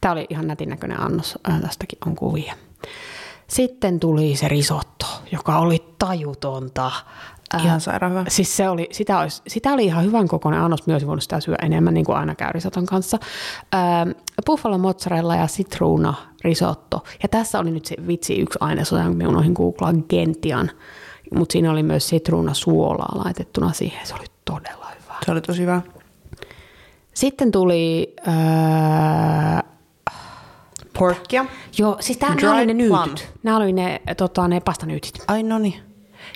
Tämä oli ihan nätin näköinen annos, äh, tästäkin on kuvia. Sitten tuli se risotto, joka oli tajutonta. Äh, Ihan sairaan hyvä. Siis se oli, sitä, olisi, sitä oli ihan hyvän kokoinen annos, myös voinut sitä syödä enemmän, niin kuin aina käy risoton kanssa. Ähm, buffalo mozzarella ja sitruuna risotto. Ja tässä oli nyt se vitsi yksi ainesosa, jonka minä unohdin googlaa, gentian. Mutta siinä oli myös sitruuna suolaa laitettuna siihen. Se oli todella hyvä. Se oli tosi hyvä. Sitten tuli... Äh, Porkkia. joo, siis tää, nämä Dried oli ne plum. nyytyt. Nämä oli ne, tota, ne pastanyytit. Ai no niin.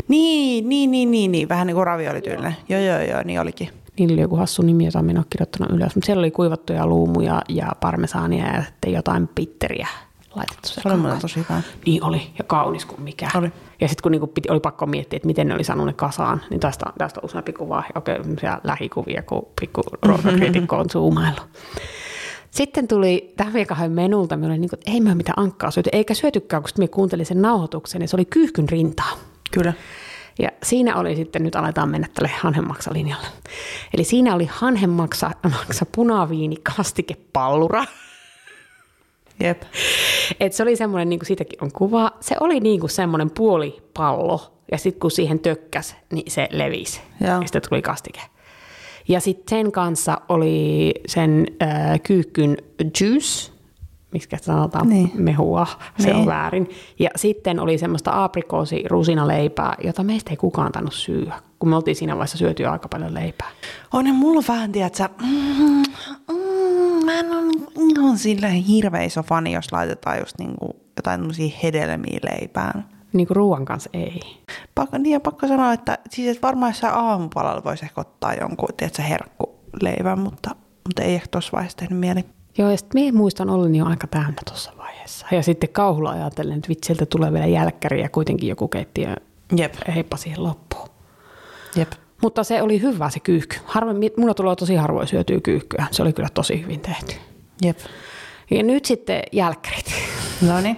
Niin, niin, niin, niin, niin. Vähän niin kuin raviolityylinen. Joo, joo, joo, niin olikin. Niillä oli joku hassu nimi, jota minä en ole kirjoittanut ylös, mutta siellä oli kuivattuja luumuja ja parmesaania ja sitten jotain pitteriä laitettu Se oli sekaan. muuten tosi hyvä. Niin oli, ja kaunis kuin mikä. Oli. Ja sitten kun niinku piti, oli pakko miettiä, että miten ne oli saanut ne kasaan, niin tästä, tästä on useampi kuva, ja okei, siellä lähikuvia, kun pikku ruokakriitikko on zoomailu. Sitten tuli, tähän vielä kahden menulta, me oli niin kuin, että ei me ole mitään ankkaa syöty, eikä syötykään, kun sitten me kuuntelin sen nauhoituksen, ja se oli kyyhkyn rintaa. Kyllä. Ja siinä oli sitten, nyt aletaan mennä tälle hanhenmaksalinjalle. Eli siinä oli hanhenmaksa maksa punaviini kastikepallura. Jep. Et se oli semmoinen, niin kuin siitäkin on kuva, se oli niin kuin semmoinen puoli pallo. Ja sitten kun siihen tökkäs, niin se levisi. Joo. Ja sitten tuli kastike. Ja sitten sen kanssa oli sen äh, kyykkyn juice, miksi sanotaan Niin. mehua, se Niin. on väärin. Ja sitten oli semmoista aprikoosi rusinaleipää, jota meistä ei kukaan tainnut syyä, kun me oltiin siinä vaiheessa syöty jo aika paljon leipää. On ne mulla vähän, tiedätkö, mm, mm, mä en ole ihan sillä hirveä iso fani, jos laitetaan just niinku jotain tämmöisiä hedelmiä leipään. Niin kuin ruoan kanssa ei. Pakko, niin ja pakko sanoa, että siis et varmaan jossain aamupalalla voisi ehkä ottaa jonkun, tiedätkö, herkkuleivän, mutta, mutta ei ehkä tuossa vaiheessa tehnyt mieli. Joo, ja sitten minä muistan olleni jo aika täynnä tuossa vaiheessa. Ja sitten kauhulla ajatellen, että vitsi, sieltä tulee vielä jälkkäri ja kuitenkin joku keittiö Jep, heippa siihen loppuun. jep. Mutta se oli hyvä se kyyhky. Harvoin, mulla tulee tosi harvoin syötyä kyyhkyä. Se oli kyllä tosi hyvin tehty. Jep. Ja nyt sitten jälkkärit. No niin.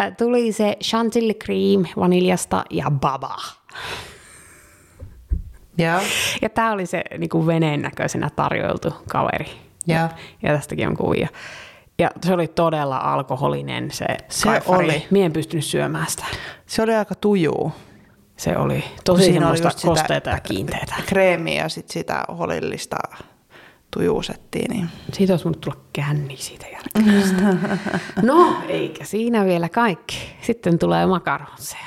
Ä, Tuli se chantilly cream vaniljasta ja baba. Joo. Ja tämä oli se niinku veneen näköisenä tarjoiltu kaveri. Joo. Ja tästäkin on kuvia. Ja se oli todella alkoholinen se, Se kaifari. oli. Mie en pystynyt syömään sitä. Se oli aika tujuu. Se oli tosi Siinä oli semmoista just sitä- kosteita ja kiinteitä. Kreemiä ja sitten sitä holillista tujuusettiin. Niin. Siitä olisi voinut tulla känni siitä jälkeen. No, eikä siinä vielä kaikki. Sitten tulee makaronseja.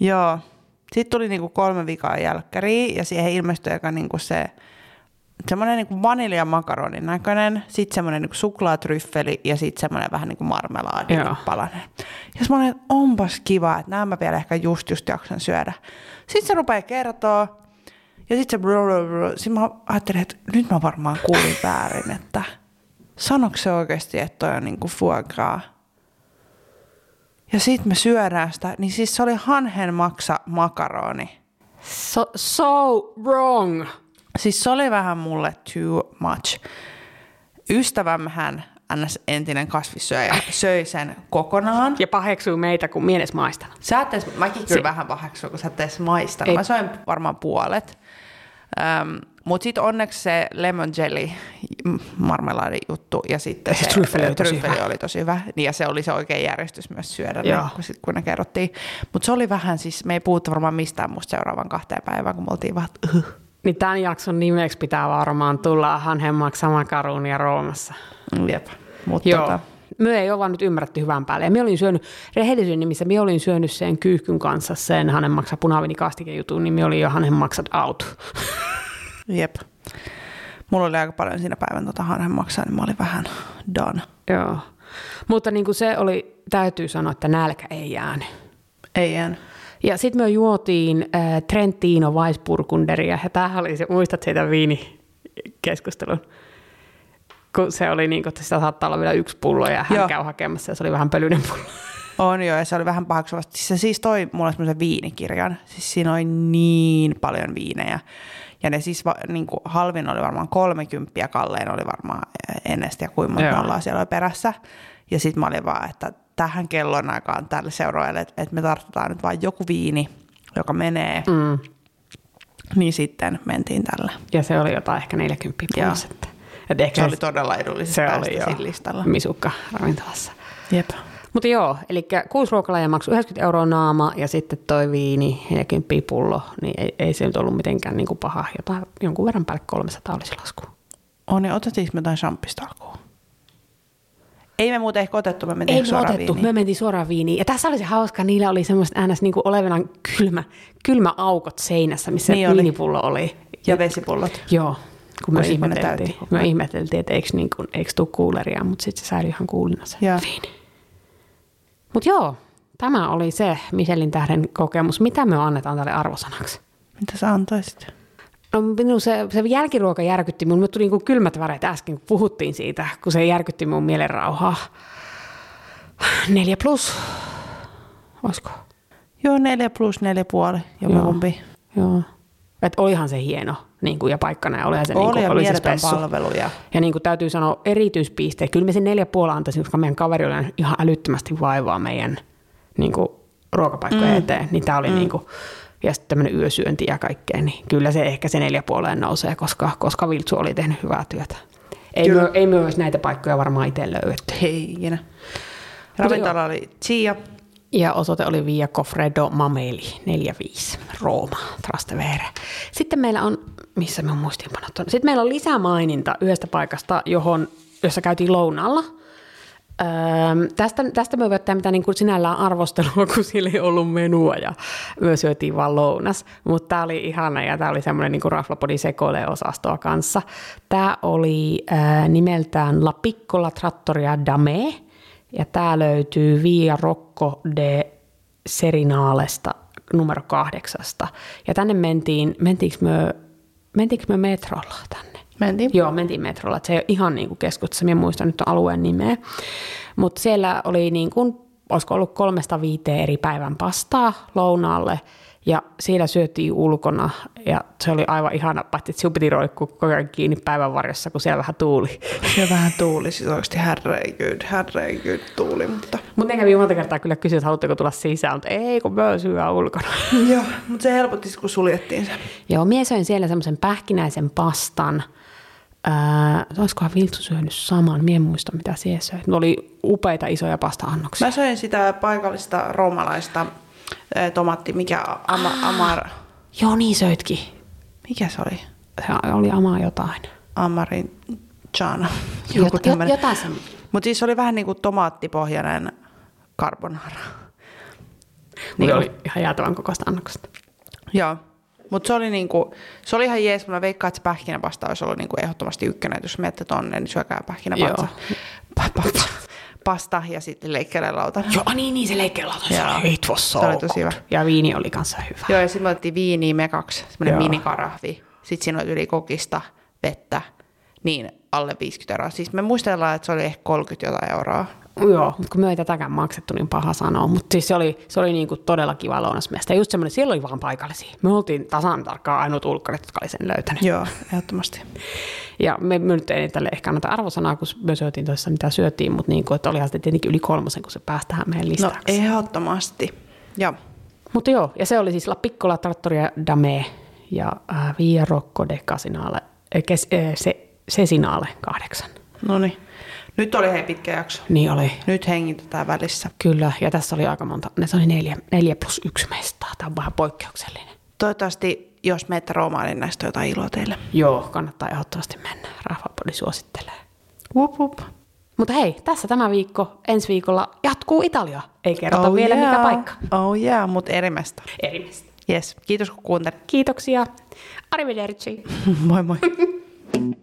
Joo. Sitten tuli niinku kolme vikaa jälkkäriä ja siihen ilmestyi aika niinku se semmoinen niinku vaniljamakaronin näköinen, sitten semmoinen niinku suklaatryffeli ja sitten semmoinen vähän niinku marmelaadi Joo. palanen. Ja semmoinen, että onpas kiva, että nämä mä vielä ehkä just just jaksan syödä. Sitten se rupeaa kertoa ja sitten se bro, bro, bro. Sitten mä ajattelin, että nyt mä varmaan kuulin väärin, että sanoiko se oikeasti, että toi on niinku foie gras? Ja sitten me syödään sitä, niin siis se oli hanhen maksa makaroni. So, so wrong. Siis se oli vähän mulle too much. Ystävämmehän ns. entinen kasvissyöjä söi sen kokonaan. Ja paheksuu meitä, kun mieles maistana. Sä et edes, mäkin kyllä vähän paheksun, kun sä et edes maistanut. Ei. Mä söin varmaan puolet. Öm, mut sit onneksi se lemon jelly mm, marmelaadi juttu ja sitten Se se, tryffeli oli tosi tryffeli hyvä. oli tosi hyvä. Niin, ja se oli se oikea järjestys myös syödä, ne, Joo. kun, sit, kun ne kerrottiin. Mutta se oli vähän siis, me ei puhuttu varmaan mistään muusta seuraavan kahteen päivään, kun me oltiin vaan, että, "Ugh." Niin tämän jakson nimeksi pitää varmaan tulla hanhen maksa makaronia Roomassa. mm, jep. Mutta Joo. tota, Me ei olla nyt ymmärretty hyvän päälle. Ja me olin syönyt, rehellisyyden nimissä, me olin syönyt sen kyyhkyn kanssa sen hänen maksa punavini kastikejutun, niin me oli jo hänen maksat out. jep. Mulla oli aika paljon siinä päivän tota hanhen maksaa, niin mä olin vähän done. Joo. Mutta niin kuin se oli, täytyy sanoa, että nälkä ei jäänyt. Ei en. Ja sitten me juotiin äh, Trentino Weissburgunderia, ja tämähän oli se, muistat siitä viinikeskustelun? Kun se oli niin kuin, että sitä saattaa olla vielä yksi pullo, ja hän Joo. käy hakemassa, ja se oli vähän pölyinen pullo. On joo, ja se oli vähän pahaksuvasti. Se siis toi mulle semmoisen viinikirjan. Siis siinä oli niin paljon viinejä. Ja ne siis va, niin kuin, halvin oli varmaan 30, kallein oli varmaan ennestä ja kuinka monta Joo. nollaa siellä oli perässä. Ja sitten mä olin vaan, että tähän kellon aikaan tälle seuroille, että, että me tartutaan nyt vain joku viini, joka menee. Mm. Niin sitten mentiin tälle. Ja se oli jotain ehkä 40 Joo. plus. Että, että ehkä Se oli todella edullisesti se päästä oli joo, siinä listalla. misukka ravintolassa. Jep. Mutta joo, eli kuusi ruokalajia maksoi 90 euroa naama ja sitten toi viini, 40 pullo, niin ei, ei se nyt ollut mitenkään niin kuin paha. Jotain, jonkun verran päälle 300 olisi lasku. On, niin otettiinko me jotain champista alkuun? Ei me muuten ehkä otettu, me mentiin Ei me suoraan otettu, viiniin. me mentiin suoraan viiniin. Ja tässä oli se hauska, niillä oli semmoiset äänes niin kuin olevinaan kylmä, kylmä aukot seinässä, missä Niin niin oli. viinipullo oli. Ja vesipullot. Joo, kun me Kun ikkuna ihmeteltiin, täytti koko me ihmeteltiin, että eikö, niin kuin, eikö tuu kuuleria, mutta sitten se säilyi ihan kuulina se Joo. viini. Mutta joo, tämä oli se Michelin tähden kokemus. Mitä me annetaan tälle arvosanaksi? Mitä sä antoisit? No minun se, se jälkiruoka järkytti minun. Mulle tuli niin kylmät väreet äsken, kun puhuttiin siitä, kun se järkytti minun mielenrauhaa. Neljä plus. Olisiko? Joo, neljä plus neljä puoli, jompikumpi. Joo. Et olihan se hieno niin kuin, ja paikkana ja olihan se, Oli niin ja kuin, oli se mieletön spessu. palvelu ja- ja niin kuin täytyy sanoa erityispisteet. Kyllä me sen neljä puolella antaisin, koska meidän kaveri oli nähnyt ihan älyttömästi vaivaa meidän niin kuin, ruokapaikkojen mm. eteen. Niin tämä oli mm. niin kuin, ja sitten tämmöinen yösyönti ja kaikkea, niin kyllä se ehkä se neljä puoleen nousee, koska, koska Viltsu oli tehnyt hyvää työtä. Ei, Kyllä. myö, ei myös näitä paikkoja varmaan itse löydetty. Ei ikinä. Ravintola oli Chia. Ja osoite oli Via Cofredo Mameli 45, Rooma, Trastevere. Sitten meillä on, missä me on muistiinpanot on. Sitten meillä on lisämaininta yhdestä paikasta, johon, jossa käytiin lounaalla. Öö, tästä, tästä me voidaan mitä niin kuin sinällään arvostelua, kun sillä ei ollut menua ja me syötiin vaan lounas. Mutta tämä oli ihana ja tämä oli semmoinen niin raflapodin sekoile-osastoa kanssa. Tämä oli öö, nimeltään La Piccola Trattoria Dame. Ja tämä löytyy Via Rocco de Serinaalesta numero kahdeksasta. Ja tänne mentiin, mentiinkö me, mentiinkö me metrolla tänne? Mentiin. Joo, mentiin metrolla. Et Se ei ole ihan niin keskustassa, minä muistan nyt alueen nimeä. Mutta siellä oli niin kuin, olisiko ollut kolmesta viiteen eri päivän pastaa lounaalle. Ja siellä syötiin ulkona ja se oli aivan ihana, paitsi että sinun piti roikkua koko ajan kiinni päivän varjossa, kun siellä vähän tuuli. Ja vähän tuuli, siis oikeasti herregud, herregud tuuli, mutta... Mutta ne kävi monta kertaa kyllä kysyä, että haluatteko tulla sisään, mutta ei, kun mä syö ulkona. Joo, mutta se helpotti, kun suljettiin se. Joo, mies söin siellä semmoisen pähkinäisen pastan. Öö, olisikohan Viltsu syönyt saman? Mie en muista, mitä siellä söi. Ne oli upeita isoja pasta-annoksia. Mä söin sitä paikallista roomalaista eh, tomatti, mikä ama, amar... Joo, niin söitkin. Mikä se oli? Se oli amaa jotain. Amarin chana. Jot- jot- jotain sen. Mutta siis se oli vähän niin kuin tomaattipohjainen carbonara. Niin oli ihan jäätävän kokoista annoksesta. Joo, mutta se oli niinku, se oli ihan jees, mä veikkaan, että se pähkinäpasta olisi ollut niinku ehdottomasti ykkönen, että jos menette tonne, niin syökää pähkinäpasta. Pa, pa, pa, pasta ja sitten leikkelelauta. Joo, ah, niin, niin se leikkeellä se Joo. oli. It was so Se oli tosi good. hyvä. Ja viini oli kanssa hyvä. Joo, ja sitten me otettiin viiniä me kaksi, semmoinen Joo. minikarahvi. Sitten siinä oli yli kokista vettä, niin alle 50 euroa. Siis me muistellaan, että se oli ehkä 30 jotain euroa. Joo, mutta kun me ei tätäkään maksettu, niin paha sanoa. Mutta siis se oli, se oli niinku todella kiva lounas mielestä. Ja Just semmoinen, siellä oli vaan paikallisia. Me oltiin tasan tarkkaan ainut ulkkarit, jotka oli sen löytänyt. Joo, ehdottomasti. Ja me, me nyt ei tälle ehkä anneta arvosanaa, kun me syötiin toisessa, mitä syötiin, mutta niinku, että olihan se tietenkin yli kolmosen, kun se pääsi tähän meidän No listaksi. ehdottomasti. Joo. Mutta joo, ja se oli siis La Piccola Trattoria Dame ja äh, Via Rocco de Casinale, äh, kes, äh, se, Sesinale kahdeksan. No niin. Nyt oli hei pitkä jakso. Niin oli. Nyt hengitetään välissä. Kyllä, ja tässä oli aika monta. Ne se oli neljä, neljä plus yksi mestaa. Tämä on vähän poikkeuksellinen. Toivottavasti, jos menette Roomaan, niin näistä on jotain iloa teille. Joo, kannattaa ehdottomasti mennä. Rahvapodi suosittelee. Wup, wup. Mutta hei, tässä tämä viikko, ensi viikolla jatkuu Italia. Ei kerrota oh vielä yeah. yeah. mikä paikka. Oh yeah, mutta eri mesta. Eri mistä. Yes, kiitos kun kuuntelit. Kiitoksia. Arrivederci. moi moi.